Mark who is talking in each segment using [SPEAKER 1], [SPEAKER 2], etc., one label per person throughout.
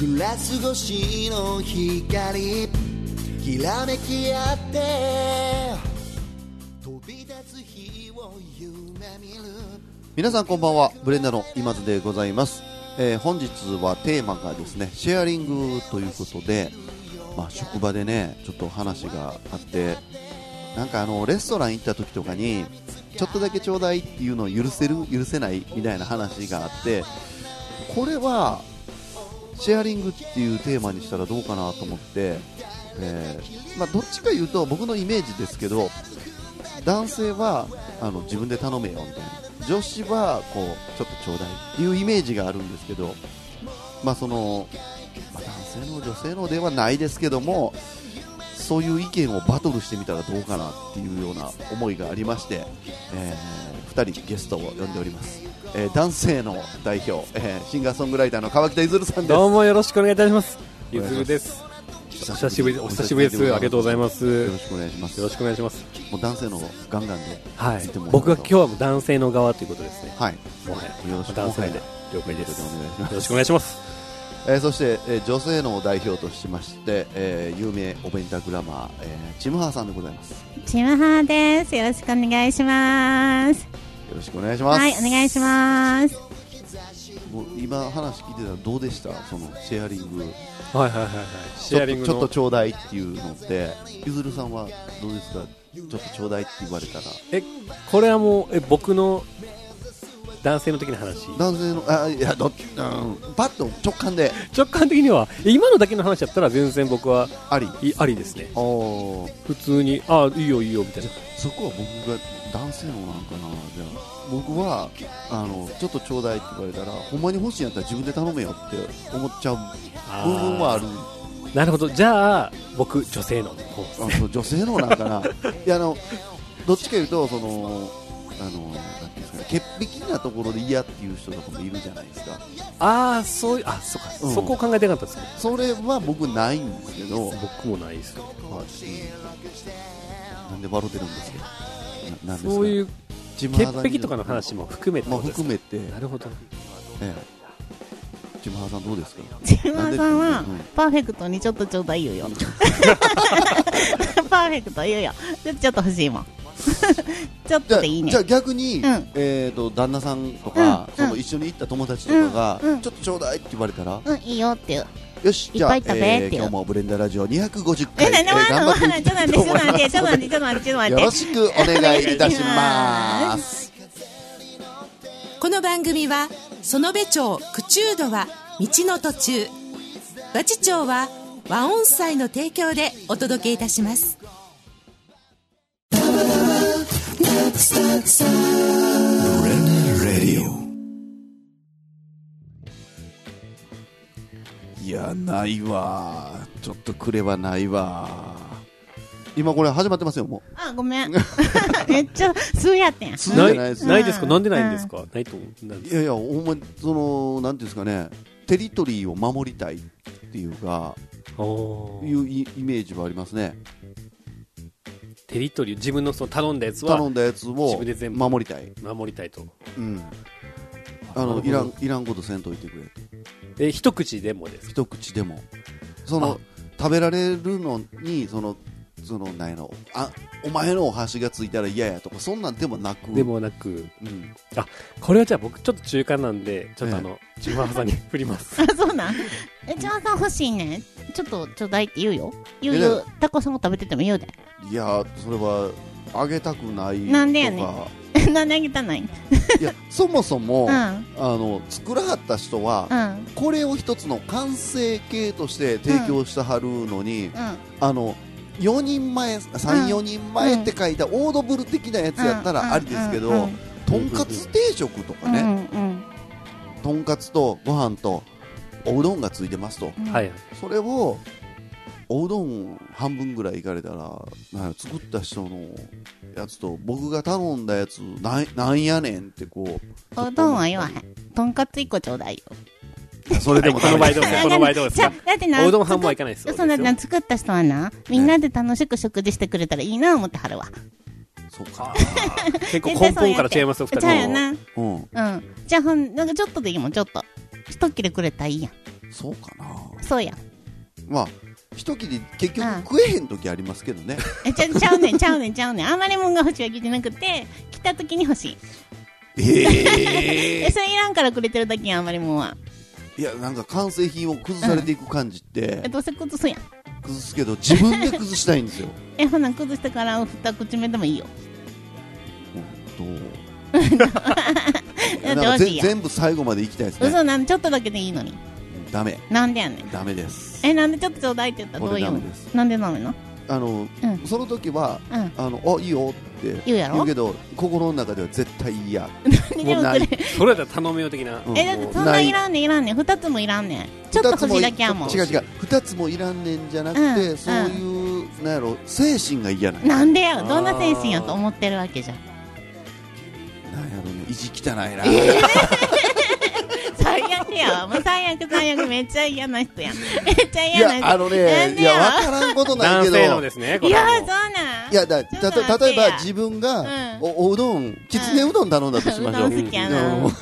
[SPEAKER 1] グラス越しの光きらめき合って飛び立つ日を夢見る
[SPEAKER 2] 皆さんこんばんはブレンダの今津でございます、えー本日はテーマがですねシェアリングということで、まあ、職場でねちょっと話があってなんかあのレストラン行った時とかにちょっとだけちょうだいっていうのを許せる許せないみたいな話があってこれはシェアリングっていうテーマにしたらどうかなと思って、えーまあ、どっちか言うと僕のイメージですけど男性はあの自分で頼めよみたいな女子はこうちょっとちょうだいっていうイメージがあるんですけど、まあそのまあ男性の女性のではないですけどもそういう意見をバトルしてみたらどうかなっていうような思いがありまして、え2人ゲストを呼んでおります、えー男性の代表、えーシンガーソングライターの川北ゆずるさんです
[SPEAKER 3] どうもよろしくお願いいたします。ゆず
[SPEAKER 2] ずる
[SPEAKER 3] る
[SPEAKER 2] で
[SPEAKER 3] です。お久しぶり、お久しぶりです。ありがとうございます。
[SPEAKER 2] よ
[SPEAKER 3] よ
[SPEAKER 2] ろしくお願いします
[SPEAKER 3] ろしくお願いします。
[SPEAKER 2] もう男性のガンガンで
[SPEAKER 3] は
[SPEAKER 2] 言
[SPEAKER 3] い
[SPEAKER 2] っても。らえると
[SPEAKER 3] 僕は今日はもう男性の側ということですね。
[SPEAKER 2] はい
[SPEAKER 3] もはや
[SPEAKER 2] よろしく
[SPEAKER 3] 男性で了解です。
[SPEAKER 2] お
[SPEAKER 3] よ
[SPEAKER 2] 願いします
[SPEAKER 3] ろしくお願いします。
[SPEAKER 2] えーそして、えー女性の代表としまして、えー有名お弁当グラマー、えーチムハーさんでございますよ
[SPEAKER 4] ちむはーです。よろしくお願いします。
[SPEAKER 2] ろしくお願いします
[SPEAKER 4] はい、お願いします。
[SPEAKER 2] もう今話聞いてたらどうでしたそのシェアリング
[SPEAKER 3] はいはいはいはい。シェアリング
[SPEAKER 2] ちょっと
[SPEAKER 3] の
[SPEAKER 2] ちょうだいっていうのってゆずるさんはどうですかちょっとちょうだいって言われたら
[SPEAKER 3] えこれはもうえ僕の男性の時の話。
[SPEAKER 2] 男性のあいやど、うん、パッと直感で
[SPEAKER 3] 直感的にはえ今のだけの話だったら全然僕は
[SPEAKER 2] あり
[SPEAKER 3] いありですね。
[SPEAKER 2] おー
[SPEAKER 3] 普通にあいいよいいよみたいな。
[SPEAKER 2] そこは僕が男性のなんかなじゃあ僕はあのちょっとちょうだいって言われたらほんまに欲しいんやったら自分で頼めよって思っちゃう部分はある
[SPEAKER 3] なるほど。じゃあ僕女性の方です
[SPEAKER 2] あ
[SPEAKER 3] ね。
[SPEAKER 2] そう女性のなんか ないやあのどっちか言うとそのあのなんていうんですかね潔癖なところで嫌っていう人とかもいるじゃないですか
[SPEAKER 3] ああそういうあそうか、
[SPEAKER 2] うん
[SPEAKER 3] そこを考えてなかったですね。
[SPEAKER 2] それは僕ないんですけど、はい
[SPEAKER 3] 僕もないですね
[SPEAKER 2] なんで笑ってるんですかななんですか
[SPEAKER 3] そういう
[SPEAKER 2] 自分
[SPEAKER 3] 潔
[SPEAKER 2] 肌に
[SPEAKER 3] 癖とかの話も含めて
[SPEAKER 2] まあ
[SPEAKER 3] ことです
[SPEAKER 2] 含めて、
[SPEAKER 3] なるほど
[SPEAKER 2] ええ、ちむはさんどうですか
[SPEAKER 4] ちむはさん
[SPEAKER 2] な
[SPEAKER 4] は
[SPEAKER 2] んでうん、
[SPEAKER 4] パーフェクトにちょっとちょうだい言 うよ。パーフェクト言うよ。ちょちょっと欲しいもん。 ちょっ
[SPEAKER 2] じゃ
[SPEAKER 4] と
[SPEAKER 2] あ
[SPEAKER 4] でいいね
[SPEAKER 2] じゃ。あ逆に、
[SPEAKER 4] うん
[SPEAKER 2] えー、と旦那さんとか、
[SPEAKER 4] う
[SPEAKER 2] そ
[SPEAKER 4] ん
[SPEAKER 2] の一緒に行った友達とかが、
[SPEAKER 4] うんうん
[SPEAKER 2] ちょっとちょうだいって言われたら、
[SPEAKER 4] うん、いいよっていう。
[SPEAKER 2] よしじゃあ、
[SPEAKER 4] いっぱい食べってい
[SPEAKER 2] えー
[SPEAKER 4] う
[SPEAKER 2] 今日もブレンダーラジオ250回、
[SPEAKER 4] え、な
[SPEAKER 2] え
[SPEAKER 4] んでも
[SPEAKER 2] ー頑
[SPEAKER 4] あんの
[SPEAKER 2] 張
[SPEAKER 4] ちょっと待って、ちょっと待って、ちょっと 待って、ちょっと待って、ち
[SPEAKER 2] って
[SPEAKER 4] ょっと待
[SPEAKER 2] よ
[SPEAKER 4] って
[SPEAKER 2] ろ。しくお願いいたします
[SPEAKER 5] この番組は園部町九中度は道の途中和知町は和音祭の提供でお届けいたします
[SPEAKER 2] いやないわちょっとくれはないわ今これ始まってますよも
[SPEAKER 4] あ、ごめん。 めっちゃ、すうやってん。
[SPEAKER 2] うす
[SPEAKER 3] な
[SPEAKER 2] じゃないです
[SPEAKER 3] い
[SPEAKER 2] よ
[SPEAKER 3] ないですかなんでないんですかないと思うなん
[SPEAKER 2] いやいやほんまにそのなんていうんですかねテリトリーを守りたいっていうか
[SPEAKER 3] お
[SPEAKER 2] い
[SPEAKER 3] ー
[SPEAKER 2] うイイメージはありますね
[SPEAKER 3] テリトリー自分のその頼んだやつは
[SPEAKER 2] 頼んだやつ
[SPEAKER 3] 自
[SPEAKER 2] を
[SPEAKER 3] 分で全部
[SPEAKER 2] 守りたい
[SPEAKER 3] 守りたいと
[SPEAKER 2] うんあ
[SPEAKER 3] なるほ
[SPEAKER 2] の
[SPEAKER 3] ど
[SPEAKER 2] いらんいらんことせんといてくれって
[SPEAKER 3] で一口でもです
[SPEAKER 2] 一口でもその食べられるのにそのそのなんやろあお前のお箸がついたら嫌やとかそんなんでもなく
[SPEAKER 3] でもなく
[SPEAKER 2] うん、
[SPEAKER 3] これはじゃあ僕ちょっと中間なんでちょっとあの自分はさんに振ります
[SPEAKER 4] あ、そうなんえ、ちむはさん欲しいね。ちょっとちょうだいって言うよ。言う
[SPEAKER 2] え
[SPEAKER 4] 言
[SPEAKER 2] だ
[SPEAKER 4] う。タコさんも食べてても言うで。
[SPEAKER 2] いやそれはあげたくないとか
[SPEAKER 4] なんでやねん何あげたない
[SPEAKER 2] いやそもそも、
[SPEAKER 4] うん。う
[SPEAKER 2] あ
[SPEAKER 4] ん。
[SPEAKER 2] の作らはった人は、
[SPEAKER 4] うん。
[SPEAKER 2] これを一つの完成形として提供してはるのに、あの4人前34、人前って書いたオードブル的なやつやったらありですけど、
[SPEAKER 4] うんうん
[SPEAKER 2] とんかつ定食とか
[SPEAKER 4] うん
[SPEAKER 2] ね、
[SPEAKER 4] うん
[SPEAKER 2] とんかつとご飯とおうどんがついてますと
[SPEAKER 4] うん。
[SPEAKER 3] はい。
[SPEAKER 2] それをおうどん半分ぐらいいかれたらなんや作った人のやつと僕が頼んだやつなんなんやねんってこう
[SPEAKER 4] おうどんは言わへん。とんかつ一個ちょうだいよ。
[SPEAKER 2] それでも
[SPEAKER 3] この場合どうですかこの場合どうです
[SPEAKER 4] じゃ
[SPEAKER 3] か
[SPEAKER 4] だってな、
[SPEAKER 3] おうどん半分はいかないですよ
[SPEAKER 4] そうだ
[SPEAKER 3] です
[SPEAKER 4] な、作った人はな、みんなで楽しく食事してくれたらいいな思ってはるわ。
[SPEAKER 2] そうか
[SPEAKER 3] 結構根本から違いますよ二
[SPEAKER 4] じゃあや
[SPEAKER 3] 人
[SPEAKER 4] な。
[SPEAKER 2] うん
[SPEAKER 4] うん。じゃあほん、なんかちょっとでいいもん、ちょっと。一切れくれたらいいやん。
[SPEAKER 2] そうかな
[SPEAKER 4] そうや。
[SPEAKER 2] まあ一切り結局
[SPEAKER 4] うん
[SPEAKER 2] 食えへん時ありますけどね、
[SPEAKER 4] えちゃちゃう ねん、ちゃうねん、ちゃうねん。あんまりもんが欲しいわけじゃなくて、来た時に欲しい。 え、それいらんからくれてるだけやん、あんまりもんは。
[SPEAKER 2] いやなんか完成品を崩されていく感じって
[SPEAKER 4] え、どうせ崩すやん。
[SPEAKER 2] 崩すけど自分で崩したいんですよ
[SPEAKER 4] え、ほな、崩したから二口目でもいいよ。
[SPEAKER 2] 本当な
[SPEAKER 4] だっ
[SPEAKER 2] ん
[SPEAKER 4] て
[SPEAKER 2] か
[SPEAKER 4] 欲し
[SPEAKER 2] ぜ
[SPEAKER 4] いやん。
[SPEAKER 2] 全部最後までいきたいですね
[SPEAKER 4] 嘘なん、ちょっとだけでいいのに。
[SPEAKER 2] ダメ
[SPEAKER 4] なんでやねん。
[SPEAKER 2] ダメです
[SPEAKER 4] え、なんでちょっとちょうだいって言ったらどういう
[SPEAKER 2] これ
[SPEAKER 4] の
[SPEAKER 2] ダメです
[SPEAKER 4] なんでダメなの
[SPEAKER 2] あの、
[SPEAKER 4] うん
[SPEAKER 2] その時は
[SPEAKER 4] うん。
[SPEAKER 2] あのあいいよって
[SPEAKER 4] 言うやろ
[SPEAKER 2] けど心の中では絶対嫌
[SPEAKER 4] 何でもくれ。
[SPEAKER 3] それだったら頼めよ的な、
[SPEAKER 2] うん
[SPEAKER 4] え、だってそん
[SPEAKER 2] な
[SPEAKER 4] ないいらんねん、いらんねん。二つもいらんねん。ちょっと欲しいだけやもん
[SPEAKER 2] 二。つい違う違う二つもいらんねんじゃなくて、
[SPEAKER 4] うん
[SPEAKER 2] そういうなんやろ精神が嫌なん
[SPEAKER 4] なんでや
[SPEAKER 3] あー
[SPEAKER 4] どんな精神やと思ってるわけじゃん。
[SPEAKER 2] なんやろね意地汚いな、
[SPEAKER 4] 最悪やわ。もう最悪最悪。めっちゃ嫌な人やん。 めっちゃ
[SPEAKER 2] い
[SPEAKER 4] 嫌な人。
[SPEAKER 2] やあの
[SPEAKER 4] なん
[SPEAKER 2] ねい
[SPEAKER 4] でや
[SPEAKER 2] やわからんことない
[SPEAKER 3] 男
[SPEAKER 2] けど
[SPEAKER 3] 性のですねこ
[SPEAKER 4] い
[SPEAKER 3] れ
[SPEAKER 4] や
[SPEAKER 3] はもう
[SPEAKER 4] そうなん
[SPEAKER 2] いやだ
[SPEAKER 4] ちょ
[SPEAKER 2] た
[SPEAKER 4] っと待って
[SPEAKER 2] と例えば
[SPEAKER 4] や
[SPEAKER 2] 自分が、
[SPEAKER 4] うん
[SPEAKER 2] おおうどんきつねうどん頼んだとしましょう
[SPEAKER 4] うどん好きやな
[SPEAKER 2] うん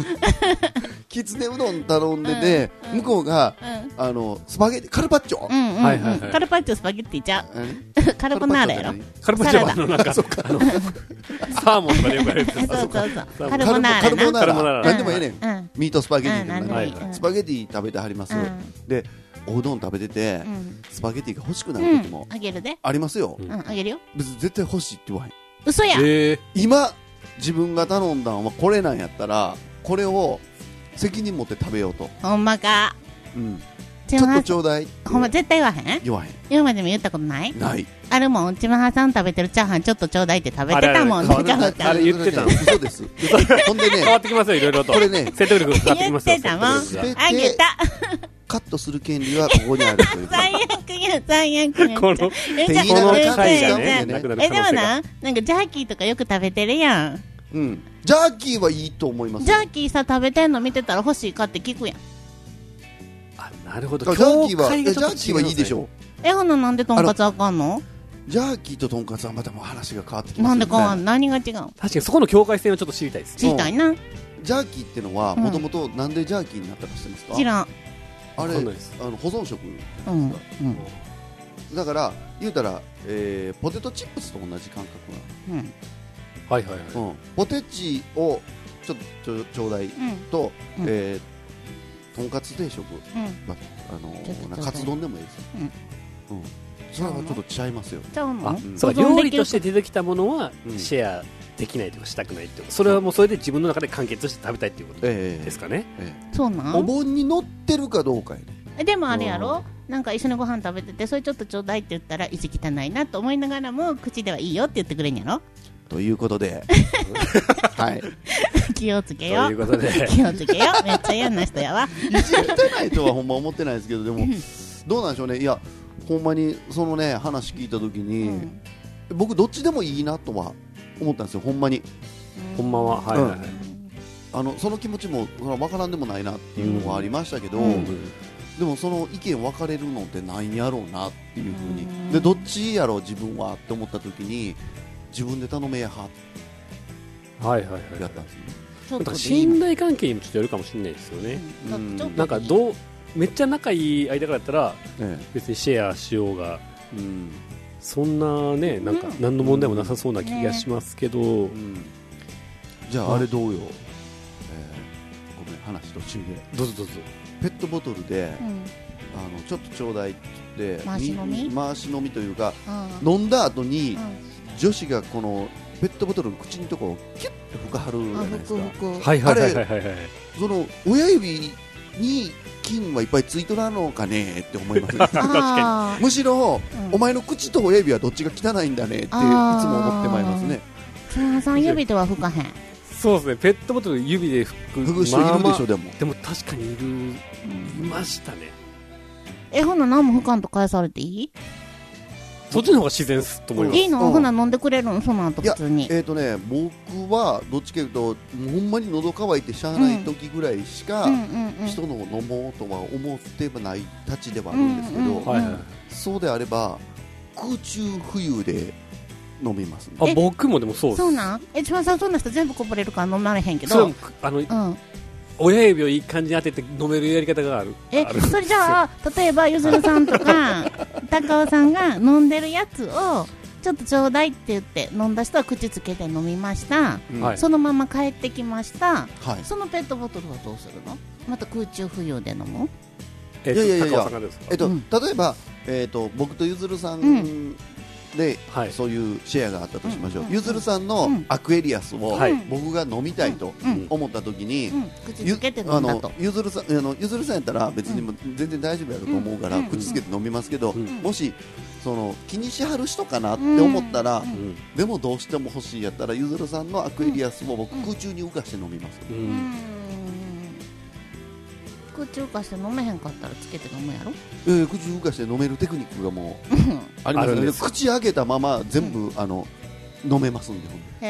[SPEAKER 2] きつねうどん頼んでて、
[SPEAKER 4] うん
[SPEAKER 2] 向こうが
[SPEAKER 4] うん
[SPEAKER 2] あのスパゲティカルパッチョ、
[SPEAKER 4] うんうん、うん
[SPEAKER 3] はいはいはい
[SPEAKER 4] カルパッチョスパゲッティちゃう
[SPEAKER 2] うん
[SPEAKER 4] カルボナーラやろ
[SPEAKER 3] カルパッチョはあのなんかあ のサーモンとかでよくあるやつです
[SPEAKER 4] そう そうそうカ
[SPEAKER 2] カ
[SPEAKER 4] ルボナーラな
[SPEAKER 2] ルボナー
[SPEAKER 3] カル
[SPEAKER 2] ラ
[SPEAKER 3] ボナーラ
[SPEAKER 2] 何でもええねん、
[SPEAKER 4] うん
[SPEAKER 2] ミートスパゲティでも
[SPEAKER 4] う
[SPEAKER 2] 何
[SPEAKER 4] ん
[SPEAKER 3] 何
[SPEAKER 2] で
[SPEAKER 3] で
[SPEAKER 2] もい
[SPEAKER 3] も
[SPEAKER 2] い
[SPEAKER 3] いい
[SPEAKER 2] スパゲティ食べてはります、
[SPEAKER 4] うん
[SPEAKER 2] でおうどん食べてて、
[SPEAKER 4] うん
[SPEAKER 2] スパゲティが欲しくな
[SPEAKER 4] う
[SPEAKER 2] る時
[SPEAKER 4] ん、
[SPEAKER 2] も
[SPEAKER 4] あげるで
[SPEAKER 2] ありますよ、
[SPEAKER 4] うんあげるよ
[SPEAKER 2] 別に絶対欲しいって言わへん
[SPEAKER 4] 嘘や、
[SPEAKER 3] ええ
[SPEAKER 2] 今自分が頼んだんはこれなんやったらこれを責任持って食べようと、
[SPEAKER 4] ほんまか
[SPEAKER 2] うん、
[SPEAKER 4] ち
[SPEAKER 2] ちょっ
[SPEAKER 4] ま
[SPEAKER 2] とちょうだい
[SPEAKER 4] ほんま絶対言わへん
[SPEAKER 2] 言わへん
[SPEAKER 4] 今までも言ったことない
[SPEAKER 2] ない
[SPEAKER 4] あるもんちまはさん食べてるチャーハンちょっとちょうだいって食べてたもん
[SPEAKER 3] あ
[SPEAKER 4] ちゃう
[SPEAKER 3] あ
[SPEAKER 4] か
[SPEAKER 3] れ言ってたの
[SPEAKER 2] 嘘です ほんで
[SPEAKER 3] 変わ
[SPEAKER 2] ね
[SPEAKER 3] ってきますよいろいろと
[SPEAKER 2] これね
[SPEAKER 3] 説得力が変わってきますよ
[SPEAKER 4] 言ってたもん
[SPEAKER 3] 説得力が
[SPEAKER 4] あげた
[SPEAKER 2] カットする権利はここにあるという
[SPEAKER 4] 最悪や最悪や
[SPEAKER 3] この
[SPEAKER 4] えじゃあ
[SPEAKER 2] い
[SPEAKER 3] この
[SPEAKER 2] 言いながら
[SPEAKER 3] 回
[SPEAKER 2] 言
[SPEAKER 3] が
[SPEAKER 2] いながら
[SPEAKER 3] ねなくなる
[SPEAKER 4] え
[SPEAKER 3] 可
[SPEAKER 4] でも
[SPEAKER 3] 能性が
[SPEAKER 4] ななんかジャーキーとかよく食べてるやん
[SPEAKER 2] うんジャーキーはいいと思います
[SPEAKER 4] ジャーキーさ食べてんの見てたら欲しいかって聞くやん
[SPEAKER 3] あなるほ
[SPEAKER 2] だ
[SPEAKER 3] ど
[SPEAKER 2] からジャーキーは
[SPEAKER 3] 境
[SPEAKER 2] え
[SPEAKER 3] 界
[SPEAKER 2] ジ
[SPEAKER 3] が
[SPEAKER 2] ャ
[SPEAKER 3] ちょっ
[SPEAKER 2] ー
[SPEAKER 3] と
[SPEAKER 2] キーはいいでしょ
[SPEAKER 4] えほななんでとんかつあかんの
[SPEAKER 2] ジャーキーととんかつはまたもう話が変わってきます
[SPEAKER 4] な
[SPEAKER 2] よ
[SPEAKER 4] ん
[SPEAKER 2] ね
[SPEAKER 4] でかわん何が違うん
[SPEAKER 3] 確かにそこの境界線をちょっと知りたいです
[SPEAKER 4] 知りたいな
[SPEAKER 2] ジャーキーってのは
[SPEAKER 4] うん
[SPEAKER 2] もともとなんでジャーキーになったか知ってますか
[SPEAKER 4] 知らん
[SPEAKER 2] あれ
[SPEAKER 3] わかんないです
[SPEAKER 2] あの保存食
[SPEAKER 4] うんうん
[SPEAKER 2] だから言うたら、えーポテトチップスと同じ感覚なの
[SPEAKER 4] うん
[SPEAKER 3] はいはいはい
[SPEAKER 2] うん、ポテチをちょっとちょちょうだい
[SPEAKER 4] うん
[SPEAKER 2] と、
[SPEAKER 4] うん
[SPEAKER 2] えーとんかつ定食、
[SPEAKER 4] うん
[SPEAKER 2] まあの
[SPEAKER 4] ちょっとちょうだい
[SPEAKER 2] カツ丼でもいいです、うんそれはちょっと違いますよ、
[SPEAKER 4] ちゃうの
[SPEAKER 3] あ
[SPEAKER 2] ん
[SPEAKER 3] そうか
[SPEAKER 4] 保存
[SPEAKER 3] 料
[SPEAKER 4] で
[SPEAKER 3] 理
[SPEAKER 4] きる
[SPEAKER 3] として出てきたものは
[SPEAKER 2] うん
[SPEAKER 3] シェアできないとかしたくないってことそれはもうそれで自分の中で完結して食べたいっていうこと
[SPEAKER 2] ええ
[SPEAKER 3] ですかね
[SPEAKER 2] え
[SPEAKER 4] そう
[SPEAKER 2] え
[SPEAKER 4] な
[SPEAKER 2] お
[SPEAKER 4] ん
[SPEAKER 2] 盆に乗ってるかどうかやね
[SPEAKER 4] えでもあれやろなんか一緒にご飯食べててそれちょっとちょうだいって言ったら意地汚いなと思いながらも口ではいいよって言ってくれんやろ
[SPEAKER 2] ということではい
[SPEAKER 4] 気をつけ
[SPEAKER 3] と
[SPEAKER 4] よ
[SPEAKER 3] いうことで
[SPEAKER 4] 気をつけよめっちゃ嫌な人やわ
[SPEAKER 2] 意地汚いとはほんま思ってないですけどでもどうなんでしょうねいやほんまにそのね話聞いた時
[SPEAKER 4] う
[SPEAKER 2] に、
[SPEAKER 4] ん
[SPEAKER 2] 僕どっちでもいいなとは思ったんですよほんまに
[SPEAKER 3] こんばんははいはいはい
[SPEAKER 2] あのその気持ちもそら分からんでもないなっていうのはありましたけど、
[SPEAKER 4] うん
[SPEAKER 3] うん
[SPEAKER 2] でもその意見分かれるのってなんやろうなっていうふう
[SPEAKER 4] う
[SPEAKER 2] に
[SPEAKER 4] ん
[SPEAKER 2] でどっちやろう自分はって思った時に自分で頼めやはって
[SPEAKER 3] はいはいはい
[SPEAKER 2] やったんですね
[SPEAKER 4] ちょっ
[SPEAKER 3] なんか
[SPEAKER 4] と
[SPEAKER 3] 信頼関係にもちょっとよるかもしれないですよね、
[SPEAKER 4] うんちょっと
[SPEAKER 3] なんかどうめっちゃ仲いい間からやったら
[SPEAKER 2] え
[SPEAKER 3] 別にシェアしようが
[SPEAKER 2] えうん
[SPEAKER 3] そんなねなんか
[SPEAKER 4] うん
[SPEAKER 3] 何の問題もなさそうな気がしますけど、
[SPEAKER 2] うんじゃああれどうよ、えーごめん話途中で
[SPEAKER 3] どうぞどうぞ
[SPEAKER 2] ペットボトルで、
[SPEAKER 4] うん
[SPEAKER 2] あのちょっとちょうだいって
[SPEAKER 4] 回し飲み
[SPEAKER 2] に回し飲みというか
[SPEAKER 4] うん
[SPEAKER 2] 飲んだ後に
[SPEAKER 4] う
[SPEAKER 2] 女子がこのペットボトルの口のところをキュッと拭かはるじゃ
[SPEAKER 4] んあ
[SPEAKER 2] ないです
[SPEAKER 4] 服
[SPEAKER 2] か
[SPEAKER 4] 服
[SPEAKER 3] はいはいはいはいはいはい
[SPEAKER 2] その親指に菌はいっぱいついとらんのかねって思います
[SPEAKER 4] あ
[SPEAKER 2] むしろ、
[SPEAKER 4] うん
[SPEAKER 2] お前の口と親指はどっちが汚いんだねっていつも
[SPEAKER 4] あー
[SPEAKER 2] 思ってまいりますね
[SPEAKER 4] ー木村さん指では吹かへん
[SPEAKER 3] そうですねペットボトル指で拭く
[SPEAKER 2] ふぐ人いるでしょ、
[SPEAKER 3] まあま
[SPEAKER 2] でも
[SPEAKER 3] あでも確かにいるいましたね
[SPEAKER 4] えほな何も吹かんと返されていい
[SPEAKER 3] そっちの方が自然っすと思います、
[SPEAKER 4] いいの
[SPEAKER 2] うん
[SPEAKER 4] ほな飲んでくれるのその後
[SPEAKER 2] いや
[SPEAKER 4] 普通に
[SPEAKER 2] えっ、とね僕はどっちかいうともうほんまに喉乾いてしゃあない時ぐらいしか、
[SPEAKER 4] うんうんうん
[SPEAKER 2] 人のを飲もうとは思ってないたちではあるんですけど、
[SPEAKER 4] うんうんうん
[SPEAKER 3] はいはいはい
[SPEAKER 2] そうであれば空中浮遊で飲みますね
[SPEAKER 3] あ
[SPEAKER 4] え
[SPEAKER 3] 僕もでもそうです
[SPEAKER 4] そうなんえ千葉さんそんな人全部こぼれるから飲まれへんけ
[SPEAKER 3] それは
[SPEAKER 4] ど
[SPEAKER 3] もうあの
[SPEAKER 4] うん
[SPEAKER 3] 親指をいい感じに当てて飲めるやり方がある
[SPEAKER 4] え
[SPEAKER 3] ある
[SPEAKER 4] それじゃあ例えばゆずるさんとか高尾さんが飲んでるやつをちょっとちょうだいって言って飲んだ人は口つけて飲みました、
[SPEAKER 2] うん
[SPEAKER 3] はい
[SPEAKER 4] そのまま帰ってきました
[SPEAKER 2] はい
[SPEAKER 4] そのペットボトルはどうするのまた空中浮遊で飲む
[SPEAKER 3] えっ
[SPEAKER 2] いやいやいや
[SPEAKER 3] と高尾さんがですか
[SPEAKER 2] えっと、
[SPEAKER 4] うん
[SPEAKER 2] 例えば、えっと、僕とゆずるさ
[SPEAKER 4] うん
[SPEAKER 2] で、
[SPEAKER 3] はい
[SPEAKER 2] そういうシェアがあったとしましょう、
[SPEAKER 4] うん
[SPEAKER 2] ゆずるさんの
[SPEAKER 4] うん
[SPEAKER 2] アクエリアスを
[SPEAKER 3] はい
[SPEAKER 2] 僕が飲みたいと
[SPEAKER 4] うん
[SPEAKER 2] 思った時に、
[SPEAKER 4] うん、口
[SPEAKER 2] ゆ
[SPEAKER 4] つけて飲
[SPEAKER 2] あ
[SPEAKER 4] んだ
[SPEAKER 2] の
[SPEAKER 4] と
[SPEAKER 2] ゆずるさんあのゆずるさんやったら別にもう全然大丈夫やろうと思うから、
[SPEAKER 4] うん
[SPEAKER 2] 口つけて飲みますけど、
[SPEAKER 3] うん
[SPEAKER 2] もしその気にしはる人かなって思ったら、
[SPEAKER 4] うん
[SPEAKER 3] うん
[SPEAKER 2] でもどうしても欲しいやったらゆずるさんのアクエリアスを僕空中に浮かして飲みます、
[SPEAKER 3] う
[SPEAKER 4] うんん空中浮かして飲めへんかったらつけて飲むやろ
[SPEAKER 2] えー口浮かして飲めるテクニックがもうあり
[SPEAKER 3] あ
[SPEAKER 2] ます
[SPEAKER 3] る
[SPEAKER 2] よ
[SPEAKER 3] ん
[SPEAKER 2] ね
[SPEAKER 3] です
[SPEAKER 2] 口開けたまま全部、あの飲めますんでほんで
[SPEAKER 4] へ